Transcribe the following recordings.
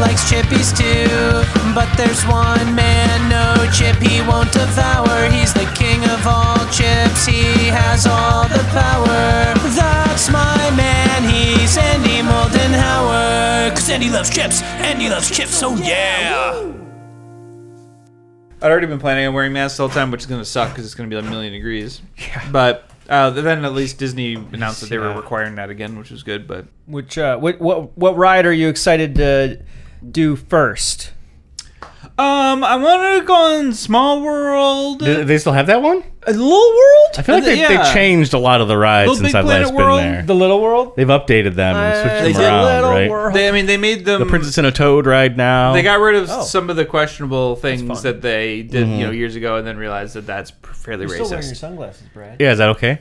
likes chippies too. But there's one man no chip he won't devour. He's the king of all chips, he has all the power. That's my man, he's Andy Moldenhauer. Cause Andy loves chips, Andy loves chips, oh yeah! I'd already been planning on wearing masks the whole time, which is going to suck because it's going to be like a million degrees. But uh, then at least Disney announced that they were Yeah. requiring that again, which was good. But Which uh, what what what ride are you excited to do first? um, I wanted to go on Small World, Do they still have that one? a Little World. I feel like they, yeah. they changed a lot of the rides Little since Big I've last Planet World, been there. The Little World. They've updated them and switched They them did around, Little right? World. They- I mean, they made them. The Princess and a Toad ride now. They got rid of Oh. some of the questionable things fun. that they did, you know, years ago, and then realized that that's p- fairly racist. sunglasses, Brad. yeah, is that okay?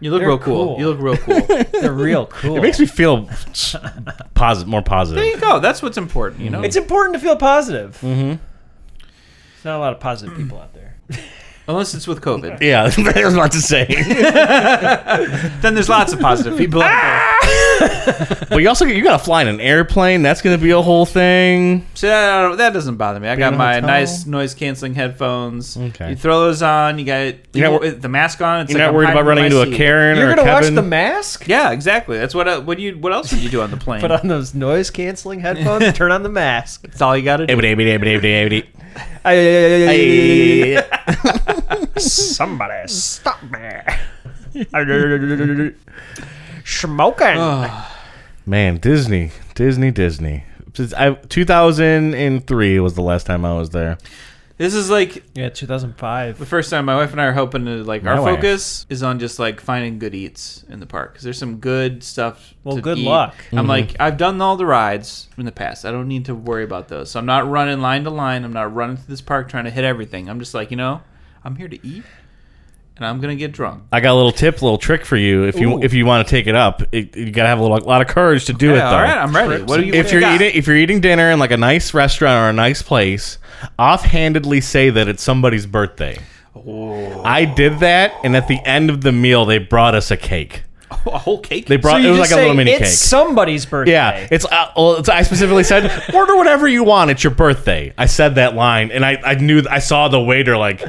You look They're real cool. cool. You look real cool. there They're real cool. It makes me feel s- posi- more positive. you go. That's what's important. You know, It's important to feel positive. Mm-hmm. There's not a lot of positive people out there. unless it's with COVID, Yeah, I was about to say. then there's lots of positive people. out there. but you also you got to fly in an airplane. That's going to be a whole thing. So that, I don't- that doesn't bother me. I in got a my hotel. nice noise canceling headphones. Okay. You throw those on. You got you not know, wor- the mask on. It's You're like not I'm worried hiding about running in my into a seat. Karen You're or a gonna watch Kevin. The Mask. Yeah, exactly. That's what. I- What do you? What else would you do on the plane? uh, Put on those noise canceling headphones. turn on the mask. That's all you got to do. Somebody stop me. Smoking. Man, Disney, Disney, Disney. Since I, 2003 was the last time I was there. This is like yeah, 2005. the first time my wife and I are hoping to like. My our wife. focus is on just like finding good eats in the park because there's some good stuff. Well, to good eat. luck. Mm-hmm. I'm like I've done all the rides in the past. I don't need to worry about those. So I'm not running line to line. I'm not running through this park trying to hit everything. I'm just like you know, I'm here to eat, and I'm gonna get drunk. I got a little tip, little trick for you. If you Ooh. if you want to take it up, it, you gotta have a, lot- lot of courage to do it. Though. Yeah, all right, I'm ready. What do you? if what you're you got? eating if you're eating dinner in like a nice restaurant or a nice place, offhandedly say that it's somebody's birthday. I did that, and at the end of the meal, they brought us a cake. a whole cake, They brought it was like a little mini it's cake. somebody's birthday. yeah, it's, uh, well, it's. I specifically said, order whatever you want. It's your birthday. I said that line, and I, I knew I saw the waiter like,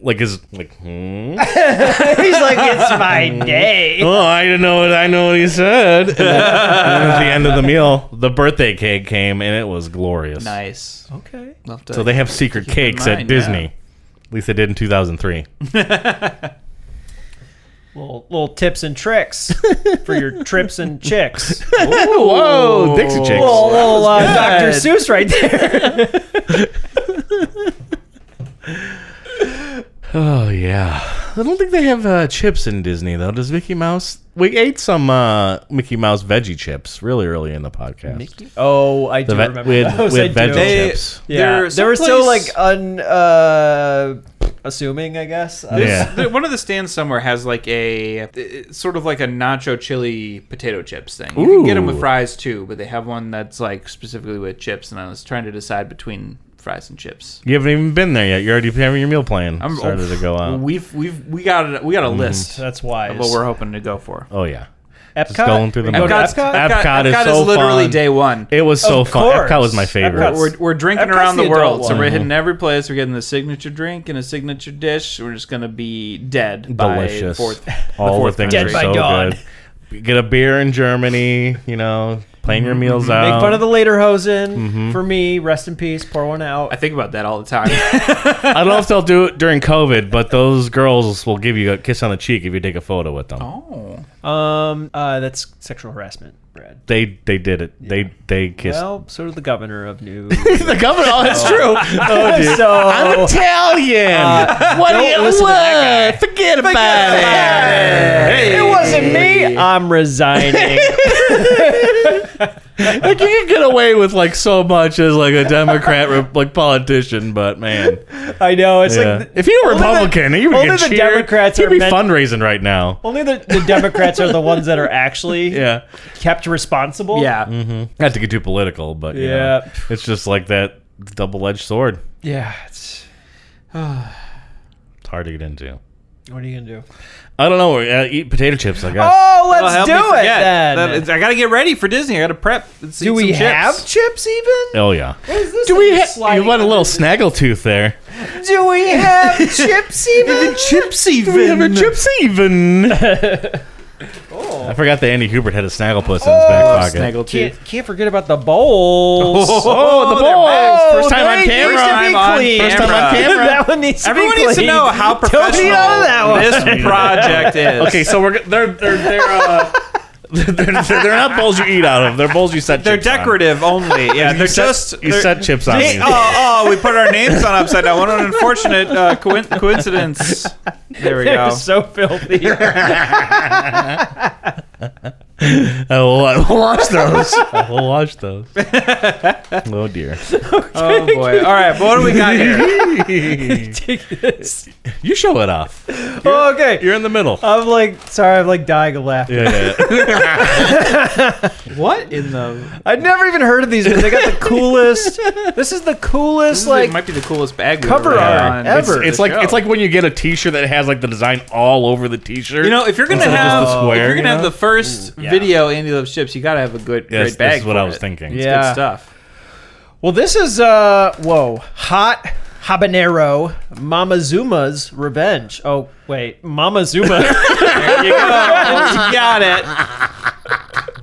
like is like, hmm? he's like, it's my day. oh, I didn't know what I know what he said. And then- and then at the end of the meal, the birthday cake came, and it was glorious. nice. Okay. We'll have to- So they have secret keep in cakes mind, at Disney. yeah. At least they did in 2003. Little, little tips and tricks for your trips and chicks. Whoa, Oh, Dixie Chicks. little Oh. little uh, That Dr. was Seuss right there. Oh yeah. I don't think they have uh, chips in Disney though. Does Mickey Mouse? We ate some uh, Mickey Mouse veggie chips really early in the podcast. Oh, I do The ve- remember we had, those. we I had veggie do. They- chips. yeah, There are they were some still like place- un uh, assuming, I guess. I was- Yeah. The- One of the stands somewhere has like a it's sort of like a nacho chili potato chips thing. You can get them with Ooh. fries too, but they have one that's like specifically with chips. And I was trying to decide between fries and chips. You haven't even been there yet. You're already having your meal plan. I'm Mm-hmm. started oh, to go out. We've we've we got a, we got a list of That's wise. what we're hoping to go for. oh yeah. Epcot? going through the We go to Epcot's- Epcot? Epcot? Epcot is so literally fun. day one. It was so Of fun. course. Epcot was my favorite. Epcot's- We're, we're drinking Epcot's around the the, world, adult so we're one. hitting every place. We're getting the signature drink and a signature dish. We're just gonna be dead. by Delicious. fourth, All the, fourth things Dead are by so dawn. good. Get a beer in Germany. You know, plan your meals out. Make fun of the later hosen Mm-hmm. for me. Rest in peace. Pour one out. I think about that all the time. I don't know if they'll do it during COVID, but those girls will give you a kiss on the cheek if you take a photo with them. oh, Um, uh, that's sexual harassment, Brad. They they did it. They they kissed. Well, so did the governor of New. the governor. Oh, that's true. Oh, dude. so I'm Italian. what do don't you listen to want? that Forget about it. it wasn't me. I'm resigning. Like you can get away with like so much as like a Democrat re- like politician, but man, I know. It's yeah. like if you were only the- Republican, you would only get the cheered. Democrats You'd are be meant- fundraising right now. only the, the Democrats are the ones that are actually Yeah. kept responsible. yeah. Not to get too political, but yeah, Yeah. it's just like that double-edged sword. yeah. It's, It's hard to get into. What are you gonna do? I don't know. Uh, eat potato chips, I guess. Oh, That'll let's help do me it forget. then. That is- I gotta get ready for Disney. I gotta prep. Let's eat do we some chips. have chips even? Oh, yeah. What is this Do we? thing Ha- you sliding want a under little the- snaggletooth there? Do we have chips even? chips even? We have a chips even. I forgot that Andy Hubert had a snagglepuss Oh, in his back pocket. Snaggletooth. Can't, can't forget about the bowls. Oh, Oh, the they're balls! back. First time they on need camera. to be Time on clean. First time on camera. that one needs to Everyone be clean. needs to know how professional that one. this project is. Okay, so we're g- they're they're they're, uh, they're, they're they're not bowls you eat out of. They're bowls you set. They're chips on. decorative only. Yeah, You they're set- just. you they're- set chips on. Hey, these. oh, oh, we put our names on upside down. What an unfortunate uh, coin- coincidence. There we They're go. so filthy. I will, I will wash those. I will wash those. oh dear. Oh boy. All right, but what do we got here? Take this. You show it off. Oh, okay. You're in the middle. I'm like, sorry, I'm like dying of laughter. yeah, yeah. What in the? I'd never even heard of these, but they got the coolest. This is the coolest, This like, might be the coolest bag we've cover ever had art on ever. the It's like show. it's like when you get a T-shirt that has like the design all over the T-shirt. You know, if you're gonna Instead of just have, the square, if you're you gonna have know? the first yeah. video Andy loves chips, you gotta have a good Yes, great bag. That's what for I was it. thinking. It's Yeah. good stuff. well, this is, uh, whoa, hot habanero Mamazuma's revenge. Oh, wait, Mamazuma. There you go. you got it.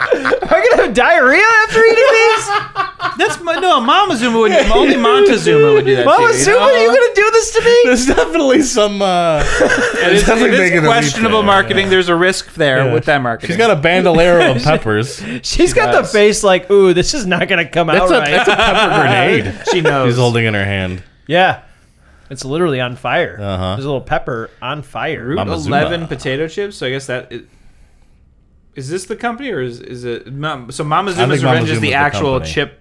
Am I gonna have diarrhea after eating these? That's my no. Mama Zuma would only Montezuma would do that. Mama to you, you Zuma, know? are you gonna do this to me? There's definitely some. Uh, It is, Definitely it is making a leap questionable there, marketing. There's a risk there Yeah. with that marketing. she's got a bandolero of peppers. She's got the does. face like, ooh, this is not gonna come That's out a, right. that's a pepper grenade. She knows. She's holding in her hand. yeah, it's literally on fire. Uh-huh. There's a little pepper on fire. Mama Zuma. Eleven potato chips. So I guess that is, is this the company or is is it? Mom- So Mama Zuma's think Mama Revenge is Zuma's the the actual company. chip.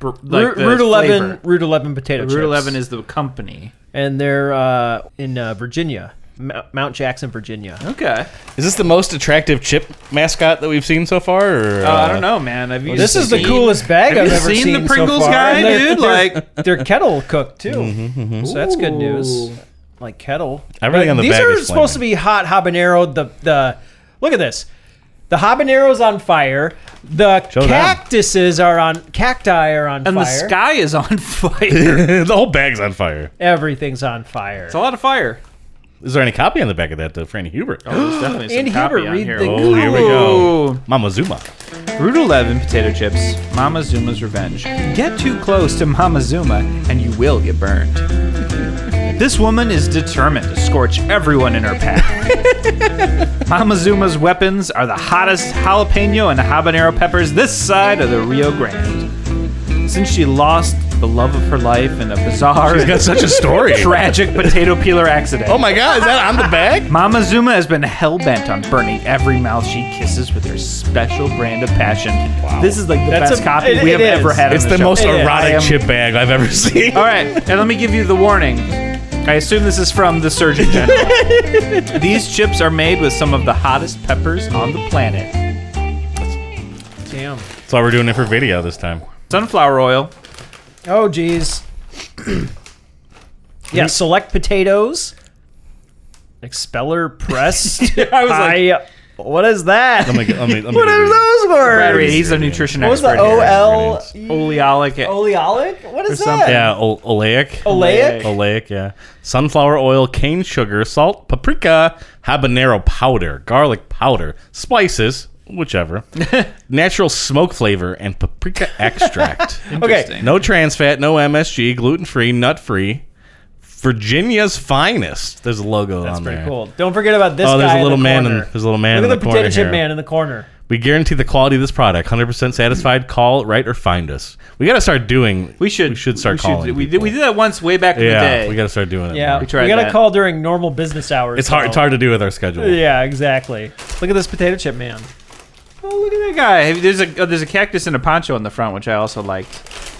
br- Ru- Like the Route Eleven, flavor. Route Eleven potato chips. Route Eleven is the company. and they're uh, in uh, Virginia, Mou- Mount Jackson, Virginia. Okay. Is this the most attractive chip mascot that we've seen so far? Or, Uh, I don't know, man. Have you This is the seen- coolest bag Have I've you ever seen the so Pringles far. guy, And they're- Mm-hmm, dude? Like- they're, they're kettle cooked too, so that's good news. Ooh. Like kettle. Everything But on the these bag are is supposed to be hot habanero. The the look at this. The habanero's on fire. The Showdown. cactuses are on cacti are on and fire. the sky is on fire. the whole bag's on fire. Everything's on fire. it's a lot of fire. Is there any copy on the back of that, though, for Andy Hubert? There's definitely some Andy copy Huber, on read here. the- Oh, here we go. Mama Zuma. Route 11 potato chips, Mama Zuma's revenge. Get too close to Mama Zuma and you will get burned. This woman is determined to scorch everyone in her path. Mama Zuma's weapons are the hottest jalapeno and habanero peppers this side of the Rio Grande. Since she lost the love of her life in a bizarre She's got and such a story. tragic potato peeler accident, Oh my God, is that on the bag? Mama Zuma has been hell bent on burning every mouth she kisses with her special brand of passion. This is like the That's best a- copy it- we have it is. ever had. on It's the show. most is. erotic I am- chip bag I've ever seen. All right, and let me give you the warning. I assume this is from the Surgeon General. These chips are made with some of the hottest peppers on the planet: Damn. That's why we're doing it for video this time. sunflower oil, Oh geez. yeah. Select potatoes. Expeller pressed. I was I, what is that? Let me, let me, let me what are those Brad, words? he's a nutrition What was the expert. O here. L E? Oleolic. oleolic? What is Or something. that? Yeah, o- oleic. Oleic? Oleic, yeah. Sunflower oil, cane sugar, salt, paprika, habanero powder, garlic powder, spices, whichever, natural smoke flavor, and paprika extract. Okay. no trans fat, no MSG, gluten free, nut free. Virginia's finest. There's a logo That's on pretty there. cool. Don't forget about this. Oh, there's guy a little in the man. In, Corner. there's a little man Look in at the, the, corner potato chip here. man in the corner. We guarantee the quality of this product. 100% satisfied. Call, write, or find us. We got to start doing. We should. We should start calling. we, did, people. we did that once way back in Yeah, the day. we got to start doing it. Yeah, more. we, tried gotta that. call during normal business hours. It's hard. though. It's hard to do with our schedule. Yeah, exactly. Look at this potato chip man. Oh, look at that guy. Have- There's a oh, there's a cactus and a poncho in the front, which I also liked.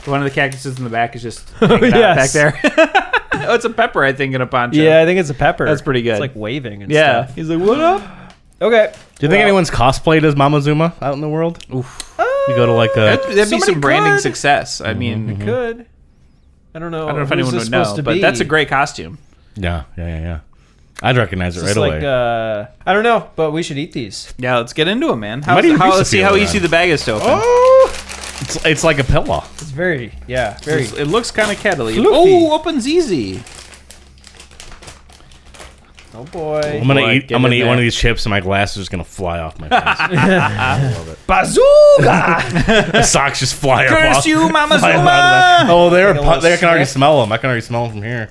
One of the cactuses in the back is just hanging out back Yes. there. oh, it's a pepper, I think, in a poncho. Yeah, I think it's a pepper. That's pretty good. It's like waving and yeah. stuff. He's like, what up? Okay. Do you think anyone's cosplayed as Mama Zuma out in the world? You go to like That'd, a. that'd be Somebody some branding could. mm-hmm. success. I mean, Good. I don't know. I don't know if anyone would know, but that's a great costume. Yeah, yeah, yeah, yeah. I'd recognize it right It's away. like uh, I don't know, but we should eat these. Yeah, let's get into it, man. How, Might even how, use the let's see feel how of easy that. the bag is to open. it's, it's like a pillow. It's very yeah, very. It's- it looks kind of kettly. Floofy. Oh, opens easy. Oh boy. I'm gonna Boy, eat. get I'm gonna in eat there. one of these chips, and my glasses is gonna fly off my face. Bazooka! the socks just fly off. Curse you, Mama fly out of Zuma! that. Oh, they're Like a pu- little they can already snack. smell them. I can already smell them from here.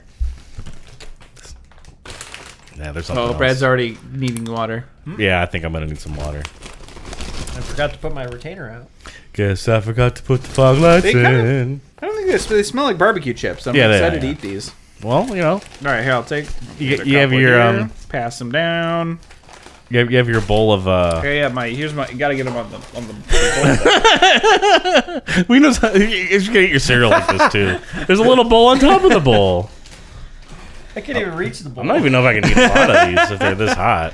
Yeah, there's something. Oh, else. Brad's already needing water. Yeah, I think I'm gonna need some water. I forgot to put my retainer out. Guess I forgot to put the fog lights They kinda- in. I don't think they, sm- they smell like barbecue chips. I'm Yeah, they- excited yeah. to eat these. Well, you know, All right, here I'll take. You- get a you have couple your, here, um, Pass them down. you have, you have your bowl of. uh Here, yeah, my. Here's my. You gotta get them on the on the. the We know how- you should get your cereal like this too. There's a little bowl on top of the bowl. I can't even reach the bowl. I don't even know if I can eat a lot of these if they're this hot.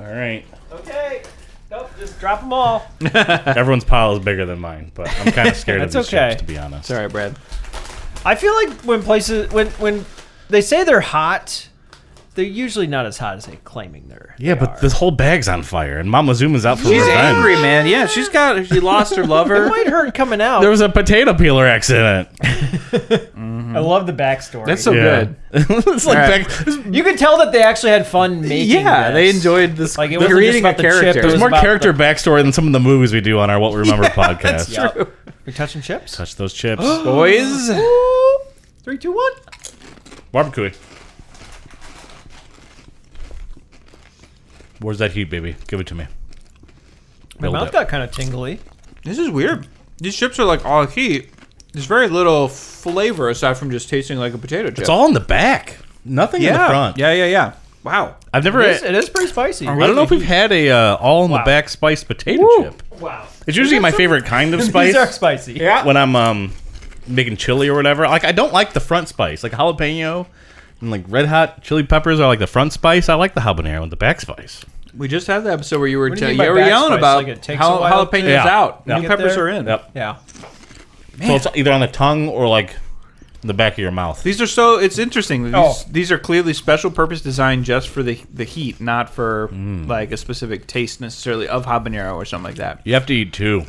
All right. Okay. Nope. Just drop them all. Everyone's pile is bigger than mine, but I'm kind of scared of That's these okay. chips, to be honest. Sorry, Brad. I feel like when places when when they say they're hot, they're usually not as hot as they claiming they're. Yeah, they but are. this whole bag's on fire, and Mama Zuma's out for She's revenge. angry, man. Yeah, she's got. She lost her it lover. might hurt coming out. There was a potato peeler accident. I love the backstory. That's so Yeah. good. it's like All right. bag- there's, you could tell that they actually had fun making. Yeah, this. they enjoyed this. Like, it they're wasn't just reading about the chip, character. it was more about character the- backstory than some of the movies we do on our What We Remember podcast. Yep. You're touching chips. Touch those chips. Oh, boys. Three, two, one. Barbecue. Where's that heat, baby? Give it to me. My Build mouth it. got kind of tingly. This is weird. These chips are like all heat. There's very little flavor aside from just tasting like a potato chip. It's all in the back. Nothing yeah. in the front. Yeah, yeah, yeah. Wow. I've never. It is, it is pretty spicy. I don't know if we've had a uh, all in Wow. the back spiced potato Woo. chip. Wow. It's usually my favorite kind of These spice are spicy. Yeah. when I'm um, making chili or whatever. Like I don't like the front spice, like jalapeno and like red hot chili peppers are like the front spice. I like the habanero and the back spice. We just had the episode where you were, What do t- you you mean by were back yelling spice? about Like, it takes how a while jalapenos to- out, Yeah. new Get peppers there? are in. Yep. Yeah. So it's either on the tongue or like the back of your mouth. These are so. It's interesting. These, Oh. these are clearly special purpose designed just for the the heat, not for like a specific taste necessarily of habanero or something like that. You have to eat two.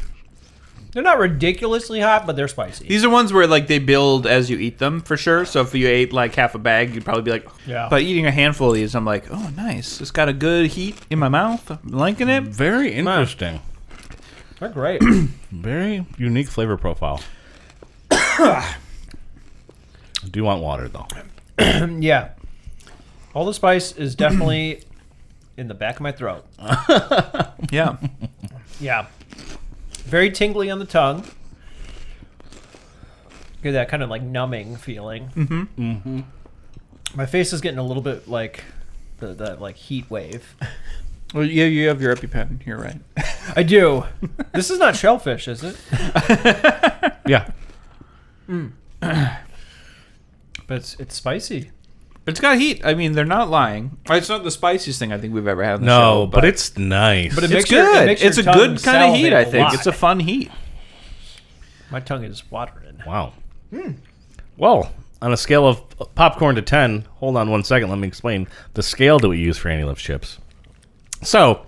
They're not ridiculously hot, but they're spicy. These are ones where like they build as you eat them for sure. So if you ate like half a bag, you'd probably be like, Yeah. But eating a handful of these, I'm like, oh, nice. It's got a good heat in my mouth. I'm liking it. Very interesting. they're great. Very unique flavor profile. I do want water though. yeah. All the spice is definitely in the back of my throat. Yeah. Yeah. Very tingly on the tongue. Get that kind of like numbing feeling. Mm-hmm. Mm-hmm. My face is getting a little bit like the, the like heat wave. well, yeah. You have your EpiPen. You're right. I do. this is not shellfish, is it? Yeah. But it's, it's spicy. But it's got heat. I mean, they're not lying. It's not the spiciest thing I think we've ever had. On the No, show, but, it's nice. But it- it's makes your- good. makes your it's a tongue good kind of heat. salivate I a think lot. it's a fun heat. My tongue is watering. wow. Hmm. Well, on a scale of popcorn to ten, hold on one second. Let me explain the scale that we use for Annie Loves Chips. So,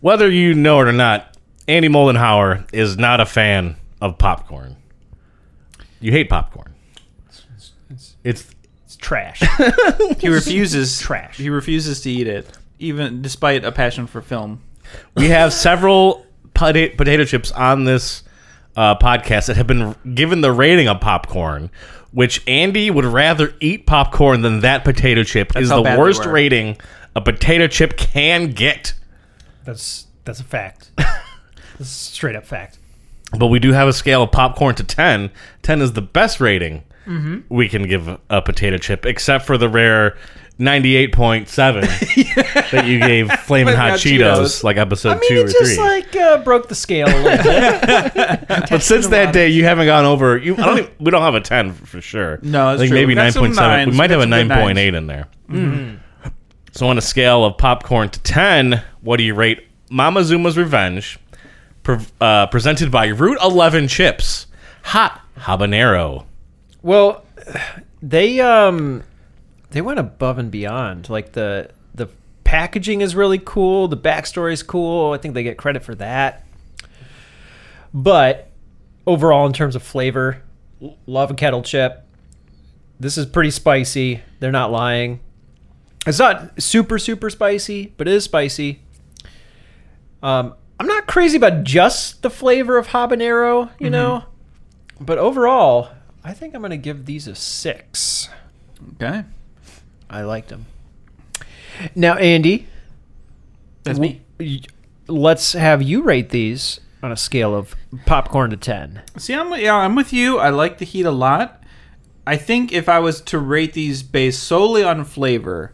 whether you know it or not, Andy Moldenhauer is not a fan of popcorn. You hate popcorn. It's It's trash. He refuses Trash. He refuses to eat it, even despite a passion for film. we have several pota- potato chips on this uh, podcast that have been given the rating of popcorn, which Andy would rather eat popcorn than that potato chip is how the bad they worst were. rating a potato chip can get. that's that's a fact. That's a straight up fact. But we do have a scale of popcorn to 10. 10 is the best rating we can give a potato chip, except for the rare 98.7 that you gave Flamin' Flamin' Hot Hot Cheetos, Cheetos. like episode I mean, two or it just three. like uh, broke the scale a little bit. But since that day, you haven't gone over. You, I don't. Even, we don't have a ten for sure. No, I that's think true. maybe We nine got some point seven. nines. Mm-hmm. We might We have got a some good nine point eight in there. So on a scale of popcorn to ten, what do you rate Mama Zuma's Revenge, pre- uh, presented by Route Eleven Chips, hot habanero. Well, they um they went above and beyond. Like the the packaging is really cool. The backstory is cool. I think they get credit for that. But overall, in terms of flavor, l- love a kettle chip. This is pretty spicy. They're not lying. It's not super super spicy, but it is spicy. Um, I'm not crazy about just the flavor of habanero, you know, but overall, I think I'm gonna give these a six. Okay. I liked them. Now, Andy, That's me. y- let's have you rate these on a scale of popcorn to ten. See, I'm yeah, I'm with you. I like the heat a lot. I think if I was to rate these based solely on flavor,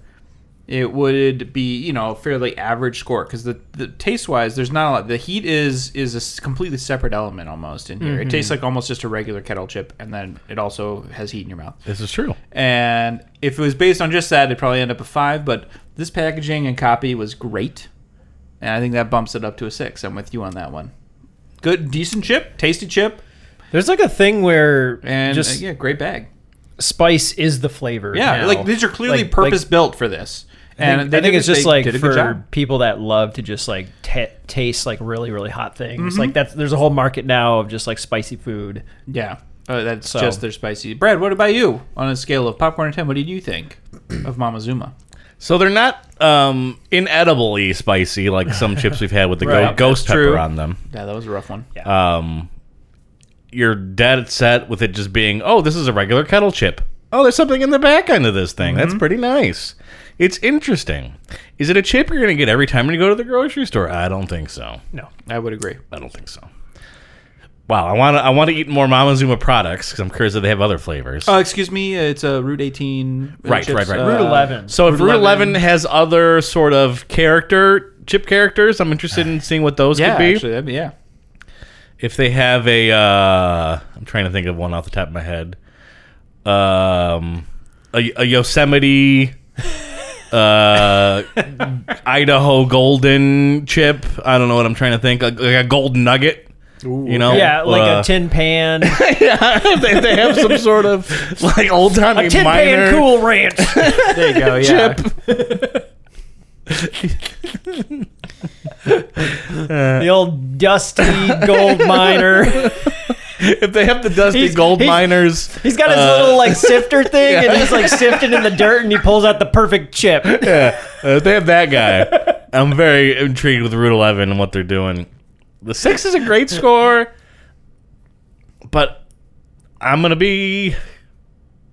it would be you know a fairly average score because the, the taste wise, there's not a lot. The heat is is a s- completely separate element almost in here. It tastes like almost just a regular kettle chip, and then it also has heat in your mouth. This is true. And if it was based on just that, it'd probably end up a five. But this packaging and copy was great, and I think that bumps it up to a six. I'm with you on that one. Good, decent chip, tasty chip. There's like a thing where And just uh, yeah, great bag. spice is the flavor. Yeah, now. like these are clearly Like- like, purpose built for this. I And think- they I think did- it's just they like did a good for job. people that love to just like ta taste like really really hot Mm-hmm. things. Like that's there's a whole market now of just like spicy food. yeah. Uh, that's So. just their spicy. Brad, what about you? On a scale of popcorn to ten, what did you think of Mama Zuma? So they're not um, inedibly spicy like some chips we've had with the Right. go- ghost That's pepper true. on them. Yeah, that was a rough one. Yeah. Um, you're dead set with it just being, oh, this is a regular kettle chip. Oh, there's something in the back end of this thing. Mm-hmm. That's pretty nice. It's interesting. Is it a chip you're going to get every time you go to the grocery store? I don't think so. No, I would agree. I don't think so. Wow, I want to I want to eat more Mama Zuma products because I'm curious that they have other flavors. Oh, excuse me. It's a uh, Route 18. uh, Right, right, right. uh, Route Route eleven. So if Route Route 11 11, has other sort of character chip characters, I'm interested in seeing what those Yeah, could be. actually, that'd be- yeah. If they have a, uh, I'm trying to think of one off the top of my head, um, a, a Yosemite, uh, Idaho Golden chip. I don't know what I'm trying to think. Like a, gold nugget. you know, yeah, like Uh, a tin pan, a yeah, if they, they have some sort of like old timey tin miner. pan Cool Ranch. There you go. Yeah. the old dusty gold miner. If they have the dusty He's- gold he's- miners, He's got his Uh, little like sifter thing, and he's like sifting in the dirt, and he pulls out the perfect chip. yeah, uh, if they have that guy. I'm very intrigued with Route 11 and what they're doing. The six is a great score, but I'm gonna be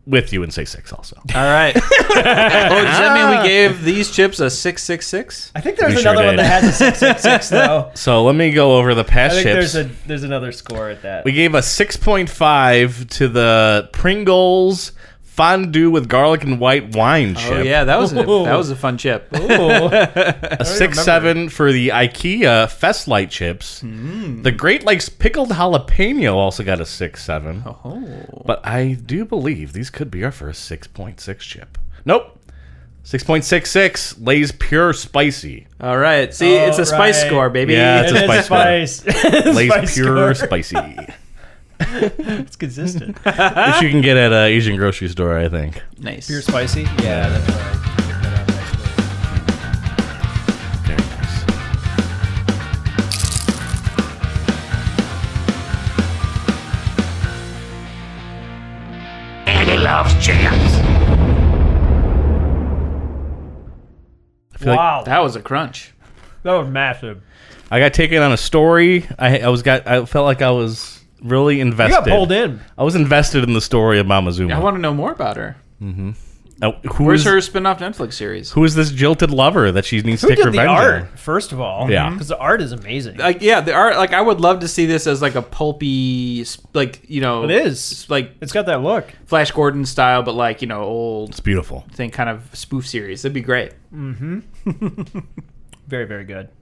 with you and say six also. All right. oh, does that mean we gave these chips a six six six? I think there's We sure another one did. that has a six six six though. So let me go over the I past think chips. there's a there's another score at that. we gave a 6.5 to the Pringles fondue with garlic and white wine chip. Oh yeah, that was a, Ooh. that was a fun chip. Ooh. a six seven for the IKEA Fest Light chips. Hmm. The Great Lakes pickled jalapeno also got a six seven. Oh. But I do believe these could be our first six point six chip. Nope. 6.66 Lay's Pure Spicy. All right. See, it's a spice All right. score, baby. Yeah, it's a It is spice score. spice. Lay's Spice Pure score. Spicy. Which It's consistent. you can get at an Asian grocery store, I think. nice. Pure spicy. Yeah. That's all right. Check that out nicely. Very nice. Andy loves chips. I feel like Wow, that, That was a crunch. was massive. I got taken on a story. I, I was got I felt like I was really You invested. got pulled in. I was invested in the story of Mama Zuma. I want to know more about her. Now, who Where's is her spin-off Netflix series? who is this jilted lover that she needs to Who take did the revenge on? art? First of all, Yeah. because the art is amazing. Like yeah, there are like I would love to see this as like a pulpy s- like, you know, it is. like It's got that look. Flash Gordon style but like, you know, old It's beautiful. thing kind of spoof series. That'd be great. Very very good.